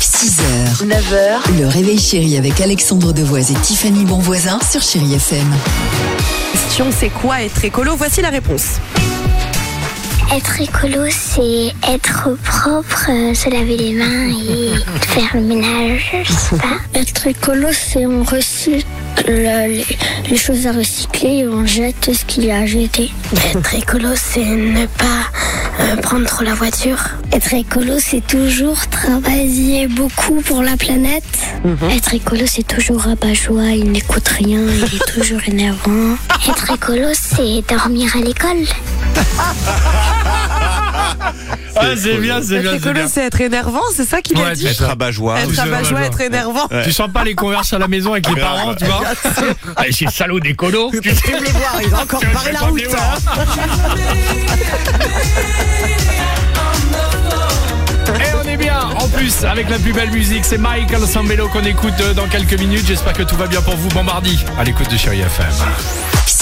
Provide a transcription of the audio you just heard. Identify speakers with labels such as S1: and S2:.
S1: 6h, 9h, le réveil chéri avec Alexandre Devoise et Tiffany Bonvoisin sur Chéri FM.
S2: Question c'est quoi être écolo Voici la réponse.
S3: Être écolo, c'est être propre, euh, se laver les mains et faire le ménage, je sais pas. Être écolo, c'est on recycle euh, les, les choses à recycler et on jette ce qu'il y a à jeter. Être écolo, c'est ne pas euh, prendre trop la voiture. Être écolo, c'est toujours travailler beaucoup pour la planète. Être écolo, c'est toujours rabat-joie, il n'écoute rien, il est toujours énervant. Être écolo, c'est dormir à l'école.
S4: Ah, c'est bien, c'est
S2: Être
S4: bien, c'est
S2: écolo,
S4: bien.
S2: Bah, c'est être énervant, c'est ça qu'il a
S4: Ouais,
S2: dit
S5: Être rabat-joie.
S2: Être à
S4: rabat-joie.
S2: être énervant.
S4: Tu sens pas les converses à la maison avec les
S5: Grave.
S4: parents, tu vois Ah, C'est salaud d'écolo. Tu sais,
S2: les voir, il va encore
S4: je vais pas me les voir. Et Eh, on est bien, en plus, avec la plus belle musique, c'est Michael Sambello qu'on écoute euh, dans quelques minutes. J'espère que tout va bien pour vous, Bombardi. À l'écoute de Chéri FM.